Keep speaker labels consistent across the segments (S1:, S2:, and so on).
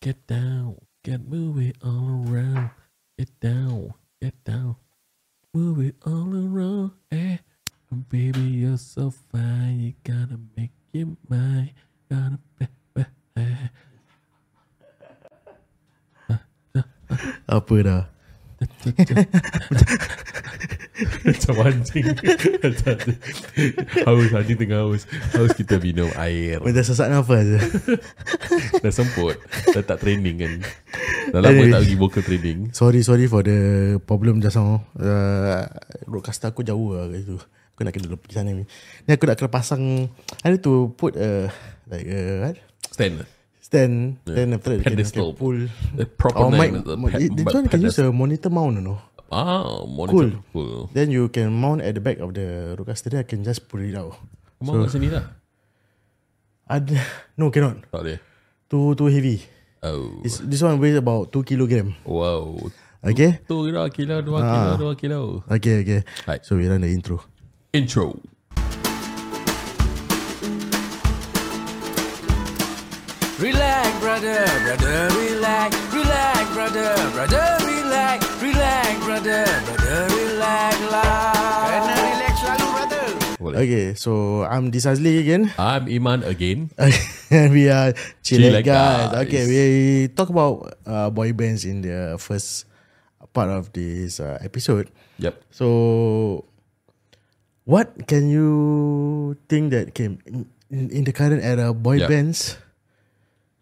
S1: Get down, get moving all around. Get down, get down. Move it all around, eh? Baby, you're so fine. You gotta make your mind. Gotta be, be, eh.
S2: Apa dah
S1: Macam anjing Macam anjing. Haus anjing tengah haus Haus kita minum air
S2: Macam sesak nafas je
S1: Dah semput Dah tak training kan Dah lama tak pergi vocal training
S2: Sorry sorry for the problem just now uh, Roadcaster aku jauh lah kat situ Aku nak kena pergi sana ni Ni aku nak kena pasang I need to put a Like a what?
S1: Stand
S2: Stand yeah. Then after that can,
S1: Pedestal.
S2: can pull
S1: The proper
S2: Or mic
S1: name is the
S2: mo-
S1: pe-
S2: it- This one can use a monitor mount you know
S1: Ah Monitor Cool, cool.
S2: Then you can mount at the back of the Roadcaster Then I can just pull it out
S1: Kau so, kat sini tak?
S2: Ada No cannot
S1: Tak boleh
S2: Too too heavy
S1: Oh
S2: It's, This one weighs about 2 kilogram
S1: Wow
S2: Okay
S1: Tu kira kilo Dua kilo Dua kilo
S2: Okay okay
S1: Right.
S2: So we run the intro
S1: Intro
S3: Relax, brother, brother, relax. Relax, brother, brother, relax. Relax, brother, brother, relax lah. Kena relax selalu, brother.
S1: Boleh
S2: Okay so I'm Disazli again
S1: I'm Iman again
S2: and we are chill
S1: Chillax
S2: guys.
S1: guys.
S2: Okay, we talk about uh, boy bands in the first part of this uh, episode.
S1: Yep
S2: So, what can you think that came in, in in the current era? Boy
S1: Yeah.
S2: bands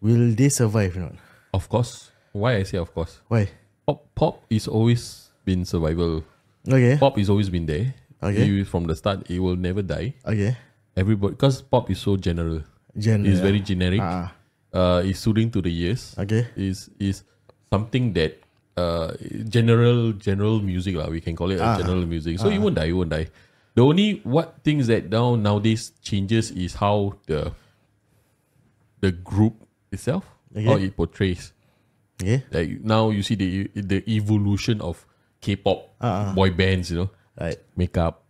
S2: will they survive? or Not
S1: Of course Why I say of course
S2: why?
S1: Pop, pop is always been survival
S2: Okay,
S1: Pop is always been there
S2: Okay.
S1: It- From the start It will never die
S2: okay,
S1: Everybody Because pop is so general
S2: Gen.
S1: It's very generic
S2: Ah.
S1: uh, It's soothing to the ears
S2: okay.
S1: is is something that uh general general music lah. We can call
S2: Ah.
S1: it a general music. So it won't die. It won't die. The only what things that now nowadays changes is how the the group itself how it
S2: Okay.
S1: portrays.
S2: Okay,
S1: Like now you see the the evolution of K-pop
S2: Ah,
S1: boy bands. You know,
S2: right.
S1: makeup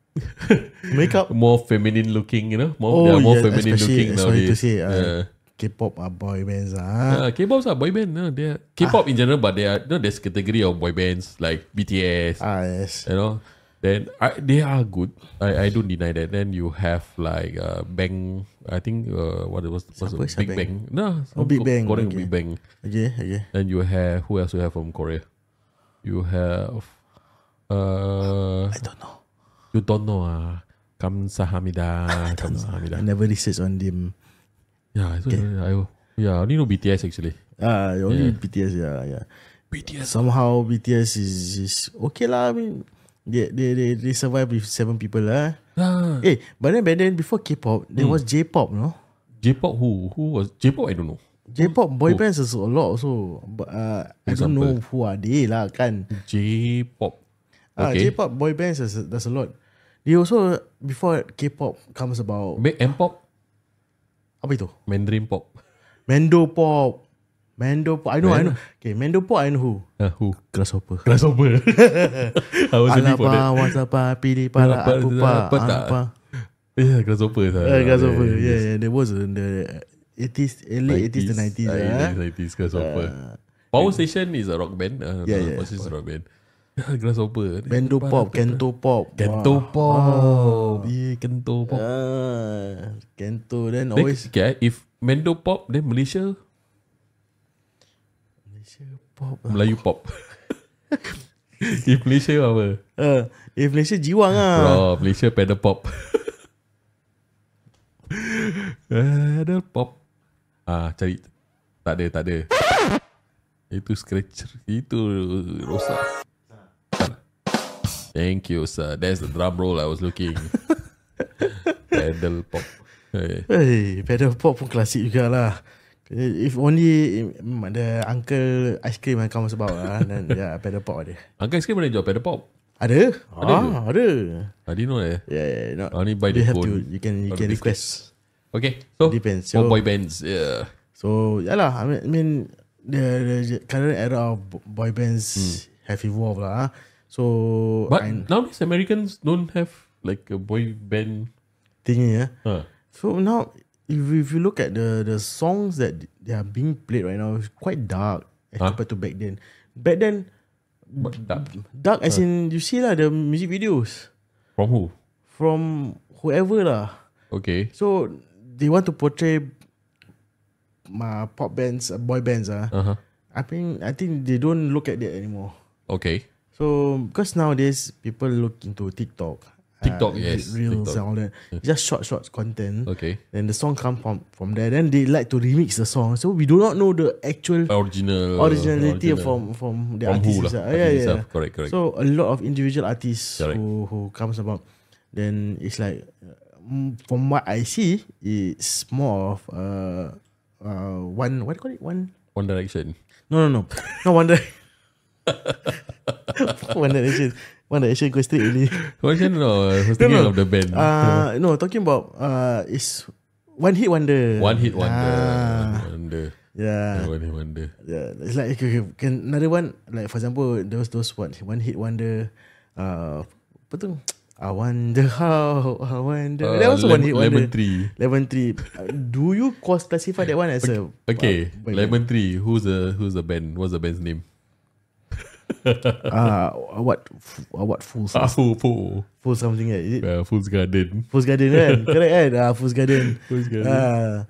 S2: Makeup.
S1: more feminine looking. You know, more
S2: Oh,
S1: they are more
S2: yeah,
S1: feminine looking
S2: especially- sorry
S1: nowadays.
S2: to say, uh,
S1: Yeah.
S2: K-pop are boy bands ah.
S1: Uh, K-pop's are boy band. No, they are K-pop in general, but they are no. There's category of boy bands like BTS.
S2: Ah yes.
S1: you know, then I, they are good. I, I don't deny that. Then you have like uh, Bang. I think uh, what it was was
S2: Siapa?
S1: Big
S2: Siapa?
S1: Bang. No,
S2: Oh, Big Bang,
S1: Korean
S2: okay.
S1: Big Bang.
S2: Okay, okay.
S1: Then you have who else? You have from Korea. You have. Uh,
S2: I don't know.
S1: you don't know ah. Kamsahamnida.
S2: I
S1: Kamsahamnida.
S2: never research on them.
S1: Yeah, so, I, yeah. I only know BTS actually.
S2: Ah, uh, only BTS, yeah, yeah.
S1: BTS.
S2: Somehow BTS is, is okay lah. I mean, they they they, they survive with seven people lah.
S1: Ah,
S2: Eh, but then, but then before K-pop, there was J-pop, no?
S1: J-pop who who was J-pop? I don't know.
S2: J-pop boy bands is a lot also. But uh, I don't know who are they lah kan.
S1: J-pop.
S2: Ah,
S1: Okay.
S2: J-pop boy bands is there's a lot. They also before K-pop comes about
S1: Maybe M-pop,
S2: apa itu?
S1: Mandarin pop.
S2: Mendo pop. Mendo pop. I know, I know. Okay, Mendo pop I know who.
S1: Uh, who?
S2: Grasshopper.
S1: Grasshopper. I was ready for
S2: Alapa,
S1: that.
S2: wasapa, pilih para
S1: Alapa,
S2: aku pa.
S1: apa tak?
S2: Alapa.
S1: Yeah, grasshopper. Uh,
S2: Uh, Grasshopper. Yeah, yeah, There was in the 80s, early 80s to eh? 90s.
S1: Uh,
S2: yeah. Uh,
S1: 80s, 90s, grasshopper. Power Station is a rock band. Uh, yeah,
S2: Yeah, yeah.
S1: Power Station is a rock band. Yeah, grasshopper.
S2: Bendo pop, kento pop.
S1: Kento
S2: Wah.
S1: pop. Yeah, kento pop.
S2: Ah, kento. Then
S1: Then,
S2: always
S1: okay, if Mendo pop, then Malaysia,
S2: Malaysia pop. ah.
S1: Melayu pop. if Malaysia apa?
S2: Uh, eh, Malaysia jiwang ah.
S1: Bro, Malaysia pedal pop. pedal pop. Ah, cari. Tak ada, tak ada. Itu scratch. Itu rosak. Thank you, sir. That's the drum roll I was looking. pedal pop. Eh,
S2: Hey, pedal pop pun klasik jugalah. If only mm, the uncle ice cream yang comes about ah, then yeah, pedal pop ada.
S1: Angkat skrin mana jual pedal pop?
S2: Ada? Ada. Ah, ada.
S1: I didn't know that.
S2: Yeah, yeah, not,
S1: Only Ah, by
S2: you
S1: the
S2: have
S1: phone.
S2: to you can you
S1: Or
S2: can
S1: the
S2: request.
S1: Okay, so
S2: Depends.
S1: for
S2: So-
S1: boy bands, yeah.
S2: So yeah lah, I mean, I mean the, the current era of bo- boy bands have evolved lah. ah. So
S1: Hmm. But
S2: I'm
S1: nowadays Americans don't have like a boy band.
S2: thinking yeah.
S1: Huh.
S2: So now if, if you look at the the songs that they are being played right now, it's quite dark as
S1: Huh?
S2: compared to back then. Back then,
S1: What dark?
S2: dark as in you see lah the music videos
S1: From who?
S2: from whoever lah.
S1: Okay.
S2: So they want to portray my pop bands, uh, boy bands ah.
S1: Uh huh.
S2: I think I think they don't look at that anymore.
S1: Okay.
S2: So because nowadays people look into TikTok, uh,
S1: TikTok, yes, TikTok.
S2: reels and all that, just short short content.
S1: Okay.
S2: Then the song come from from there. Then they like to remix the song, so we do not know the actual
S1: Original. uh, Oh,
S2: originality
S1: original.
S2: from from the
S1: From
S2: artist.
S1: who lah,
S2: itself.
S1: artist
S2: yeah, yeah.
S1: itself. Correct, correct.
S2: So a lot of individual artists
S1: Correct.
S2: who who comes about. Then it's like, mm, from what I see, it's more of uh, uh one what do you call it one
S1: One Direction.
S2: no, no, no. No wonder. One Direction. One Direction go straight only.
S1: One Direction. No, I was thinking
S2: no.
S1: of the band.
S2: Uh, no, talking about uh, is one hit wonder.
S1: one hit wonder.
S2: Ah,
S1: Wonder.
S2: yeah,
S1: One hit wonder.
S2: yeah. It's like okay, okay, can another one like for example those those one one hit wonder. Uh, apa tu? I wonder how. I wonder.
S1: Uh,
S2: that was
S1: Lem-
S2: one hit wonder.
S1: Lemon Tree.
S2: Lemon tree. Uh, Do you cos- classify that one as a
S1: Okay,
S2: wait,
S1: Lemon Tree. Who's the who's the band? What's the band's name?
S2: uh, what f- uh, what fools
S1: Ah, Foo- Foo.
S2: fool something like, is it
S1: Uh, Fool's Garden.
S2: Fools Garden kan Correct kan ah, Fools Garden
S1: Fool's Garden.
S2: ah,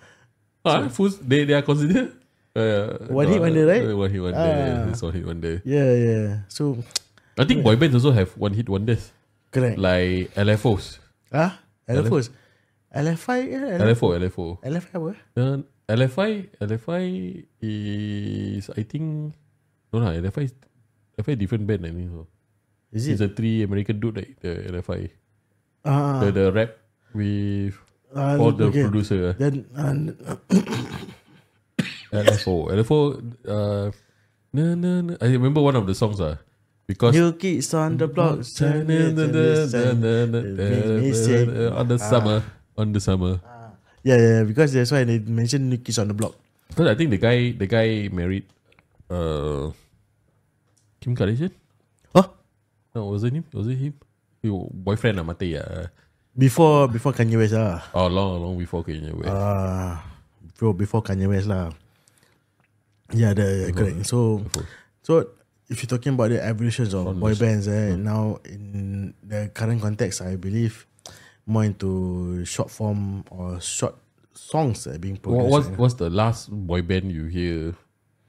S1: Ah, Fools. They they are considered. Uh,
S2: One hit wonder, right?
S1: uh, One hit wonder.
S2: Ah.
S1: Yes, one hit wonder.
S2: Yeah yeah So
S1: I think boy bands also have one hit wonders,
S2: Correct like,
S1: like LFOs.
S2: Ah, LFOs LFI eh,
S1: LFO, LFO.
S2: LFI apa
S1: Then LFI, LFI is I think no lah. LFI is LFI different band. I think so.
S2: Is it
S1: It's a three American dude like the LFI.
S2: ah,
S1: The, the rap with
S2: ah,
S1: all the
S2: okay.
S1: producer.
S2: Then uh,
S1: LFO. LFO. Uh, no, no, no. I remember one of the songs. Uh, because.
S2: New Kids on the Block
S1: on the summer. On the summer.
S2: Yeah yeah Because that's why They mention New Kids on the Block
S1: Because I think the guy the guy married uh, Kim Kardashian.
S2: Oh
S1: No, was it him? Was it him? Your boyfriend lah mati ya.
S2: Before Before Kanye West ah. lah
S1: Oh, long long before Kanye West.
S2: Ah, bro, before Kanye West lah. Yeah, the correct. So, so if you're talking about the evolutions of boy bands, eh,
S1: Hmm.
S2: now in the current context, I believe more into short form or short songs that are being
S1: what,
S2: produced.
S1: what's
S2: eh.
S1: what's the last boy band you hear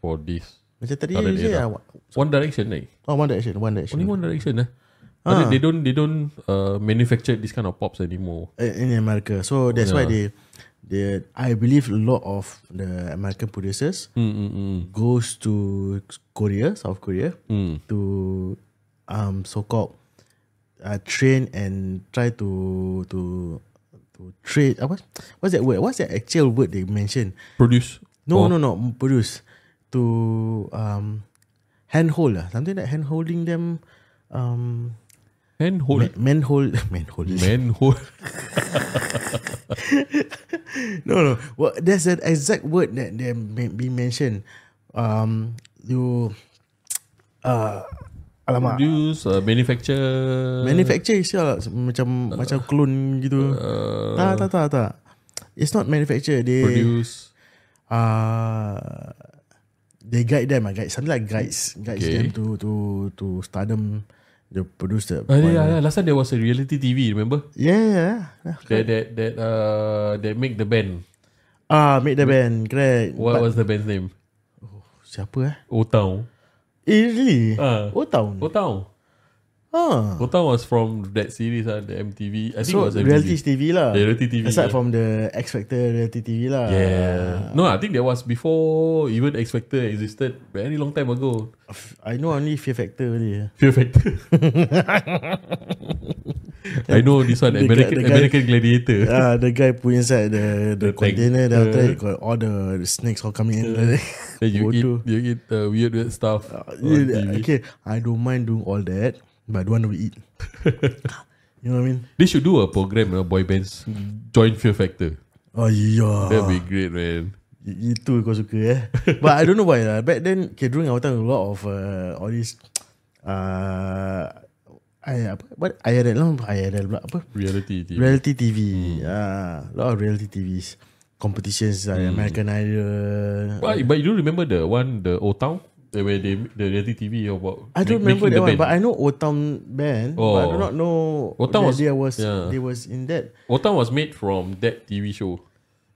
S1: for this?
S2: Macam tadi
S1: current
S2: you say,
S1: era?
S2: ah, wa-
S1: One Direction, eh?
S2: oh, One Direction, One
S1: Only
S2: Direction.
S1: One Direction, eh? But they- They don't they don't uh, manufacture this kind of pops anymore.
S2: Eh, in America. So that's why they, they, I believe a lot of the American producers goes to Korea, South Korea, to um so called uh, train and try to to to trade. Uh, what, what's that word? What's that actual word they mention?
S1: Produce. or-
S2: No, no, no. Produce to um handhold lah. Something like hand holding them. Um,
S1: Hand hold.
S2: man hold, man hold.
S1: Man hold.
S2: No, no. Well, there's an exact word that they may be mentioned. Um, you, uh, alamak.
S1: Produce. Uh, manufacture.
S2: Manufacture is lah macam macam clone gitu.
S1: uh,
S2: tak tak tak tak. It's not manufacture. They
S1: Produce.
S2: uh, they guide them. I guide something like guides guides
S1: Okay.
S2: them to to to stardom. They produce the.
S1: Ah, yeah, yeah, yeah. Last time there was a reality TV. Remember?
S2: Yeah, yeah. yeah.
S1: That that that uh that make the band.
S2: Ah, make the band. Correct.
S1: What
S2: But
S1: was the band's name?
S2: siapa eh?
S1: Otao.
S2: Eh, really?
S1: Ah.
S2: Oh, tahun.
S1: Otao.
S2: Ah.
S1: Otao was from that series ah, the MTV. I think it
S2: So
S1: was MTV.
S2: reality TV lah.
S1: Reality TV, yeah.
S2: Aside from the X Factor reality TV lah.
S1: Yeah. No, I think that was before even X Factor existed. Very long time ago.
S2: I know only Fear Factor only.
S1: Fear Factor. I know this one
S2: The guy-
S1: American
S2: the guy-
S1: American Gladiator.
S2: Ah, the guy put inside the
S1: The
S2: the,
S1: tank.
S2: container. Then after that
S1: Uh.
S2: got all the, the snakes all coming in.
S1: Then you eat
S2: Bodoh. Ah,
S1: you eat uh, weird weird stuff on TV.
S2: Yeah, okay, I don't mind doing all that, but I don't want to eat. you know what I mean?
S1: They should do a program, you know, boy bands
S2: Hmm.
S1: join Fear Factor.
S2: Oh yeah.
S1: That'd be great, man.
S2: I- Itu kau suka eh But I don't know why lah Back then okay, During our time A lot of uh, All this uh, I, apa, what, IRL lah IRL pula Apa
S1: Reality TV. Hmm.
S2: Reality TV. Ah, a lot of reality TVs. competitions like
S1: Hmm.
S2: American Idol.
S1: But, but you don't remember the one, the old town, the where they the reality TV about.
S2: I don't
S1: make-
S2: remember
S1: making the
S2: that one,
S1: band.
S2: but I know Otam band. But I do
S1: Oh.
S2: not know
S1: Otam was-
S2: that there was
S1: yeah.
S2: they was in that.
S1: Otam was made from that TV show.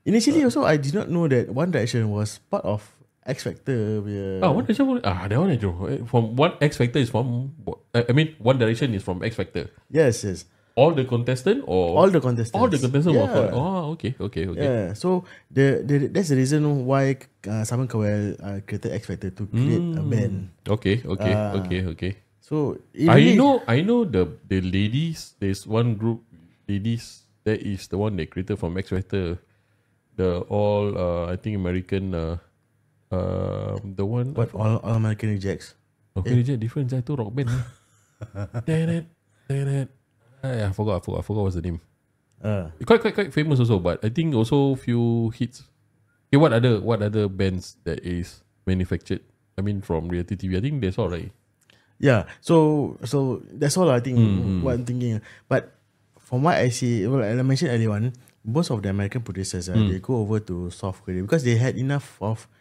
S2: Initially,
S1: Uh.
S2: also I did not know that One Direction was part of X Factor. punya-
S1: Ah, One Direction. Ah, that one I don't. know. Eh, From one X Factor is from. I I mean, One Direction is from X Factor.
S2: Yes, yes.
S1: All the contestant or
S2: All the contestants.
S1: all the contestant were
S2: Yeah.
S1: from. Oh, okay, okay, okay.
S2: Yeah, so the, the that's the reason why uh, Simon Cowell uh, created X Factor to create a
S1: Hmm.
S2: band.
S1: Okay, okay,
S2: Ah.
S1: okay, okay.
S2: So it
S1: I
S2: really-
S1: know, I know the the ladies. There's one group, ladies. That is the one they created from X Factor. The all, uh, I think American. Uh, uh, the one.
S2: But all, all American rejects.
S1: Okay, eh. different. I tu rock band. Damn it, damn it. Ah, I, I forgot, I forgot, I forgot what's the name.
S2: Uh,
S1: Quite, quite, quite famous also. But I think also few hits. Okay, what other, what other bands that is manufactured? I mean, from reality TV. I think that's all right.
S2: yeah. So so that's all I think.
S1: Mm-hmm.
S2: What I'm thinking. But from what I see, well, and I mentioned earlier on, most of the American
S1: Mm.
S2: producers uh, they go over to South Korea because they had enough of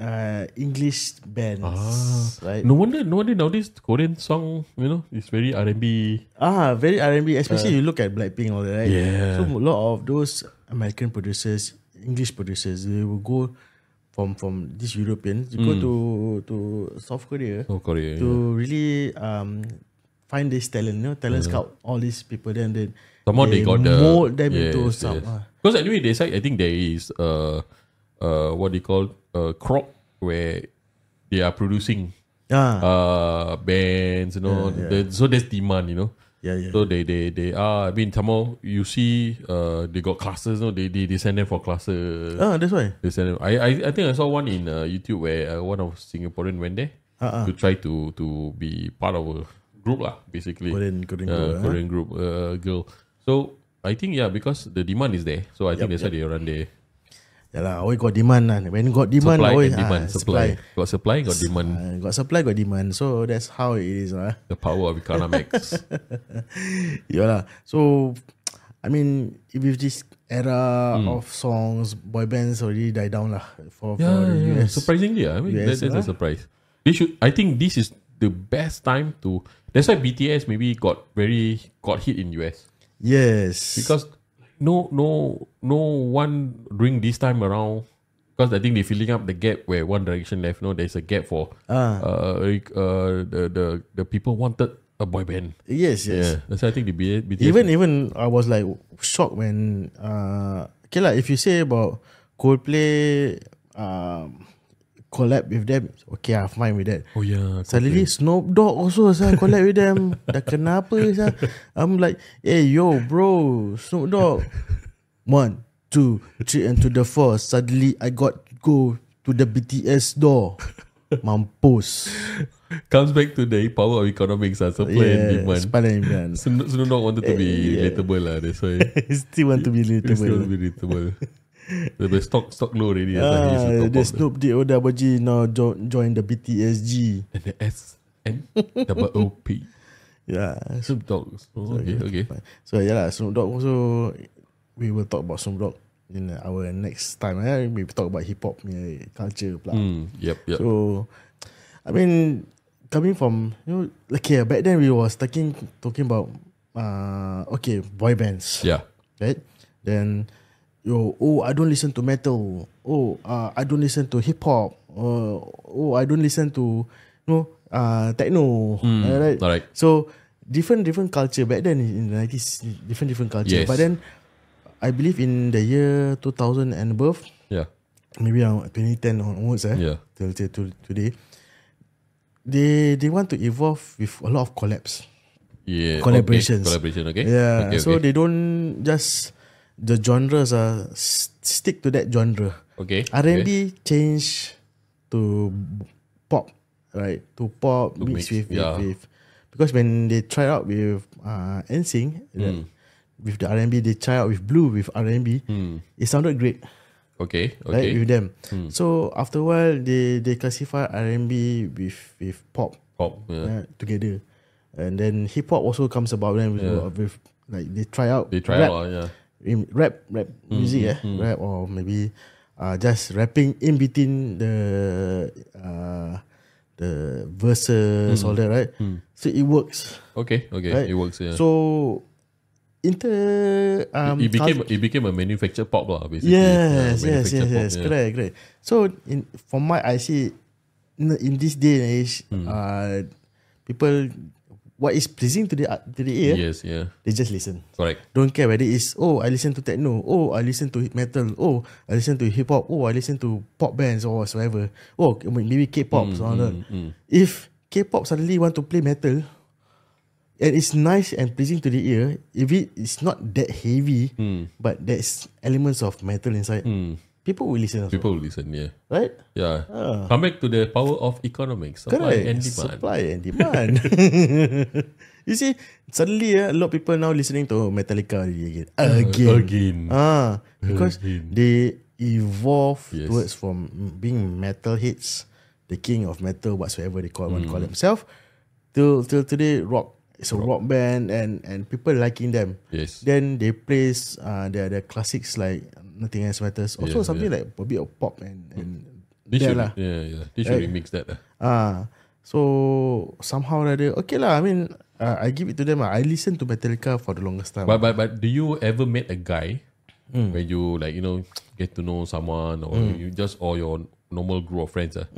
S2: uh, English bands, right?
S1: Ah. No wonder, no wonder nowadays Korean song, you know, is very R and B.
S2: Ah, very R&B. Especially you look at Blackpink, all that, right?
S1: Uh. Yeah.
S2: So a lot of those American producers, English producers, they will go from from these Europeans to go
S1: Mm.
S2: to to South Korea
S1: Oh, Korea.
S2: to
S1: yeah.
S2: really um find this talent, you know, talent scout all these people. Then they
S1: Some more they, got the
S2: mold them into
S1: yes,
S2: some.
S1: yes.
S2: ah.
S1: Because anyway, they say I think there is uh uh what they call uh crop where they are producing
S2: Ah,
S1: uh bands, you know.
S2: Yeah, yeah.
S1: the- so there's demand, you know.
S2: yeah, yeah.
S1: So they they they are. I mean, tomorrow you see, uh, they got classes. No, they they, they send them for classes.
S2: ah, that's why.
S1: They send them. I, I I think I saw one in uh, YouTube where uh, one of Singaporean went there
S2: Ah, ah.
S1: to try to to be part of a group lah, basically.
S2: Korean,
S1: Uh,
S2: Korean, girl, ah.
S1: Korean group uh, girl. So I think yeah, because the demand is there, so I think that's why they run there.
S2: Yeah lah, always got demand lah. When got demand,
S1: Supply
S2: always
S1: and demand,
S2: ah,
S1: supply. got supply, got demand.
S2: Ah, got supply, got demand. So that's how it is lah.
S1: The power of economics.
S2: Yeah lah. So, I mean, with this era
S1: Hmm.
S2: of songs, boy bands already die down lah for, for
S1: yeah,
S2: the
S1: yeah.
S2: US.
S1: surprisingly, ah, I mean,
S2: US,
S1: that, that's a
S2: huh?
S1: surprise. They should. I think this is the best time to. That's why BTS maybe got very got hit in US.
S2: Yes.
S1: because no no no one during this time around because I think they filling up the gap where One Direction left. No, there's a gap for
S2: Ah.
S1: uh, like, uh the, the the people wanted a boy band.
S2: yes, yes.
S1: Yeah, that's why I think the B- BTS.
S2: Even even I was like shocked when uh okay lah if you say about Coldplay um collab with them okay I'm fine with that.
S1: oh yeah,
S2: Suddenly Snoop Dogg also saya collab with them. Dah kenapa saya? I'm like, hey yo bro, Snoop Dogg. One, two, three and to the four. Suddenly I got go to the BTS door. Mampus.
S1: Coldplay. comes back to the power of economics. Uh, supply and
S2: Yeah,
S1: demand.
S2: Spider Man.
S1: Snoop Snoop Dogg wanted to be relatable lah. That's why
S2: Still want to be
S1: it's still
S2: relatable.
S1: be relatable. the the stock stock low already. that's why he's the top
S2: Ah, the
S1: of
S2: Snoop D-O-double-G now jo- join the
S1: the-
S2: BTSG.
S1: and the S N double O P
S2: Yeah. So,
S1: Snoop Dogg. Oh, okay, okay.
S2: so yeah lah, Snoop Dogg also, we will talk about Snoop Dogg in our next time. Eh? We talk about hip-hop punya culture pula.
S1: Mm, yep, yep.
S2: So, I mean, coming from, you know, okay, back then we was talking, talking about, uh, okay, boy bands.
S1: yeah.
S2: right? Then yo, oh, I don't listen to metal. Oh, uh, I don't listen to hip hop. Uh, oh, I don't listen to you know, uh, techno.
S1: Hmm,
S2: Uh, right?
S1: alright.
S2: So different different culture back then in the nineties, different different
S1: Yes.
S2: culture. But then I believe in the year two thousand and above,
S1: Yeah.
S2: maybe around twenty ten onwards, eh,
S1: Yeah.
S2: till, till, till today. They they want to evolve with a lot of collapse.
S1: Yeah.
S2: Collaborations.
S1: Okay. Collaboration, okay?
S2: Yeah,
S1: Eh? Okay,
S2: so
S1: okay.
S2: they don't just the genres are s- stick to that genre.
S1: okay.
S2: R&B
S1: okay.
S2: change to b- pop, right? To pop
S1: To mix,
S2: mixed with, with-
S1: yeah.
S2: with because when they try out with uh NSYNC
S1: Hmm.
S2: right, with the R&B, they try out with Blue with R&B. It sounded great,
S1: Okay, Hmm. okay. Hmm.
S2: right? With them. So after a while, they they classify R&B with with pop
S1: Pop. Yeah.
S2: uh, together. And then hip hop also comes about then with, with like they try out
S1: They try
S2: rap
S1: out, Mm, yeah.
S2: in rap rap music eh rap or maybe uh, just rapping in between the uh, the verses all that right so it works
S1: Okay, okay,
S2: right
S1: it works. Mm. Yeah.
S2: so inter um,
S1: it became it became a manufactured pop lah, basically.
S2: Yes,
S1: Yeah,
S2: yes, yes,
S1: manufactured
S2: yes.
S1: pop, yeah.
S2: Correct, correct. So in from what I see, in, in this day and age,
S1: Hmm.
S2: uh, people, what is pleasing to the uh, to the ear,
S1: Yes, yeah.
S2: they just listen.
S1: Correct.
S2: Don't care whether it's oh I listen to techno, oh I listen to metal, oh I listen to hip hop, oh I listen to pop bands or whatsoever, oh maybe K-pop.
S1: Mm,
S2: so on that. If K-pop suddenly want to play metal, and it's nice and pleasing to the ear, if it is not that heavy,
S1: Mm.
S2: but there's elements of metal inside, people will listen, also,
S1: People listen. Yeah,
S2: right?
S1: yeah. Come back to the power of economics, supply
S2: Ah. Correct.
S1: and demand.
S2: Supply and demand. you see, suddenly ah, a lot of people now listening to Metallica already again. Again.
S1: Uh, Again.
S2: Ah, because
S1: Again.
S2: they evolve
S1: Hmm. Yes.
S2: towards from being metalheads, the king of metal, whatsoever they call one call
S1: Hmm.
S2: themselves, till till today rock. It's a rock band and and people liking them.
S1: Yes.
S2: Then they plays uh, their their classics like nothing else matters. Also
S1: Yeah,
S2: something like a bit of pop and and
S1: They
S2: there
S1: should,
S2: lah.
S1: yeah, yeah. They should remix that. lah.
S2: Ah, so somehow or other, okay lah. I mean, uh, I give it to them. lah. I listen to Metallica for the longest time.
S1: But but but do you ever met a guy when you like you know get to know someone or
S2: Mm.
S1: you just or your normal group of friends? ah,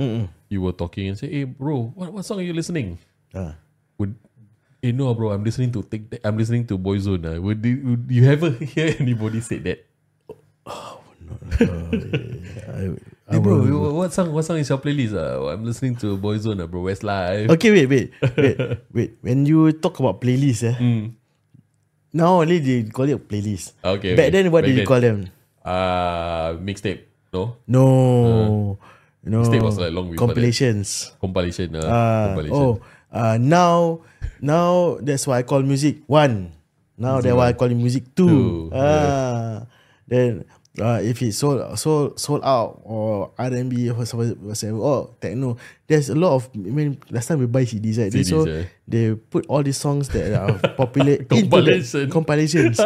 S1: you were talking and say, "Hey, bro, what, what song are you listening?"
S2: Ah.
S1: Would you know, bro? I'm listening to take. That, I'm listening to Boyzone. ah." Would, you- would you ever hear anybody say that?
S2: I
S1: Hey bro,
S2: will-
S1: wha- what song? What song is your playlist? Uh? I'm listening to Boyzone, uh, bro. Westlife.
S2: Okay, wait, wait, wait, wait. When you talk about playlist, eh,
S1: Hmm.
S2: now only they call it playlist.
S1: Okay, okay.
S2: Back then, what
S1: Back
S2: did you
S1: then.
S2: call them?
S1: Uh, mixtape. No
S2: No, no.
S1: Mixtape Uh, was like long before that.
S2: compilations.
S1: compilation. Uh,
S2: Ah,
S1: compilation.
S2: oh, uh, now, now that's why I call music one. Now that's why I call it music two.
S1: Two,
S2: Ah, then uh, if it's sold sold sold out or R and B or whatever or techno, there's a lot of. I mean, last time we buy CDs, right?
S1: CDs,
S2: so
S1: yeah.
S2: they put all these songs that are popular into the
S1: Compilation.
S2: compilations.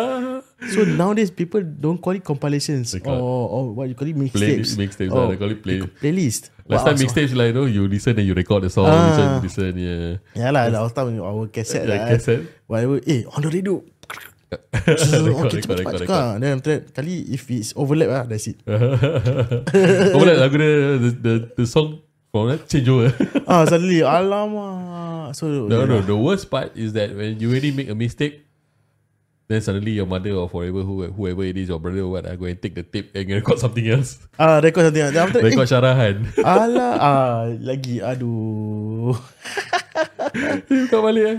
S2: so nowadays people don't call it compilations or, or what you call it
S1: Playlist,
S2: mixtapes.
S1: mixtapes,
S2: Oh,
S1: ah, they call it play-
S2: playlist.
S1: Last
S2: Wow,
S1: time
S2: so-
S1: mixtapes like you know you listen and you record the song,
S2: Ah.
S1: listen, listen, yeah.
S2: Ya lah, last time our cassette
S1: Yeah,
S2: lah.
S1: cassette.
S2: Whatever. Eh, on the radio.
S1: Record, record,
S2: okay, cepat-cepat
S1: record,
S2: cakap. Then after that, kali if it's overlap lah, that's it.
S1: Kau boleh lagu dia the, the the song from that change over.
S2: ah, suddenly, alamak. So,
S1: no no. The worst part is that when you already make a mistake, then suddenly your mother or forever who, whoever it is, your brother or what, I go and take the tape and record something else.
S2: Ah, record something. Then after that,
S1: Record
S2: eh,
S1: syarahan.
S2: alah, ah, lagi, aduh.
S1: Kau balik eh.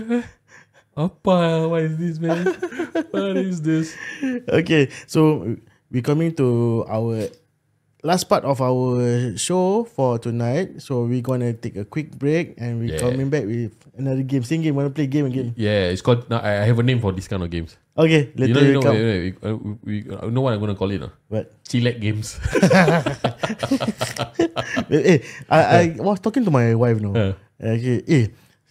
S1: Apa? What is this man? What is this?
S2: Okay, so we coming to our last part of our show for tonight. So we gonna take a quick break and we
S1: Yeah.
S2: coming back with another game. Same game, wanna play game again?
S1: Yeah, it's called. Now I I have a name for this kind of games.
S2: Okay,
S1: You know,
S2: later
S1: you
S2: we
S1: know,
S2: come.
S1: you know, we, uh, we, you know what I'm gonna call it? Uh?
S2: What?
S1: Chillax games.
S2: eh, eh, I, I was talking to my wife now.
S1: Uh.
S2: Okay, eh,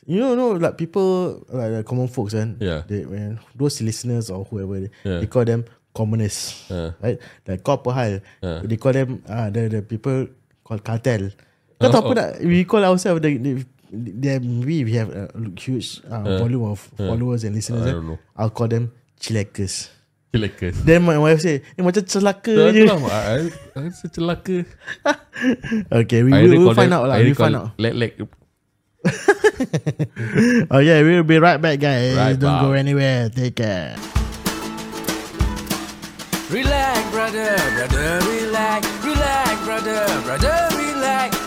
S2: you know, know like people like the common folks and
S1: Yeah.
S2: they when those listeners or whoever they,
S1: Yeah.
S2: they call them communists,
S1: Uh.
S2: right? Like kau apa hal?
S1: Uh.
S2: They call them uh, the the people called cartel. Kau tahu apa
S1: Oh.
S2: nak? We call ourselves the, the Then we we have a huge uh, volume of followers and listeners.
S1: I
S2: eh.
S1: don't know.
S2: I'll call them chilekers.
S1: Chillax.
S2: Then my wife say, eh, macam celaka
S1: Tak
S2: je.
S1: tahu lah, I, I, I rasa celaka.
S2: Okay, we
S1: I
S2: will
S1: recall
S2: we'll find
S1: that-
S2: out lah.
S1: I
S2: We
S1: recall
S2: find out.
S1: Leg leg.
S2: Oh yeah, we'll be right back, guys.
S1: Right
S2: Don't go
S1: back.
S2: anywhere. Take care.
S3: Relax, brother, brother, relax, relax, brother, brother, relax,